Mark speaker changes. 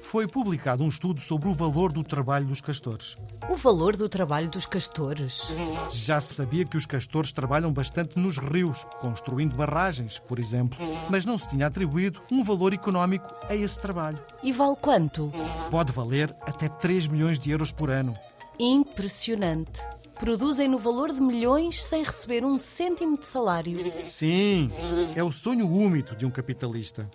Speaker 1: Foi publicado um estudo sobre o valor do trabalho dos castores.
Speaker 2: O valor do trabalho dos castores.
Speaker 1: Já se sabia que os castores trabalham bastante nos rios, construindo barragens, por exemplo, mas não se tinha atribuído um valor económico a esse trabalho.
Speaker 2: E vale quanto?
Speaker 1: Pode valer até 3 milhões de euros por ano.
Speaker 2: Impressionante. Produzem no valor de milhões sem receber um cêntimo de salário.
Speaker 1: Sim, é o sonho úmido de um capitalista.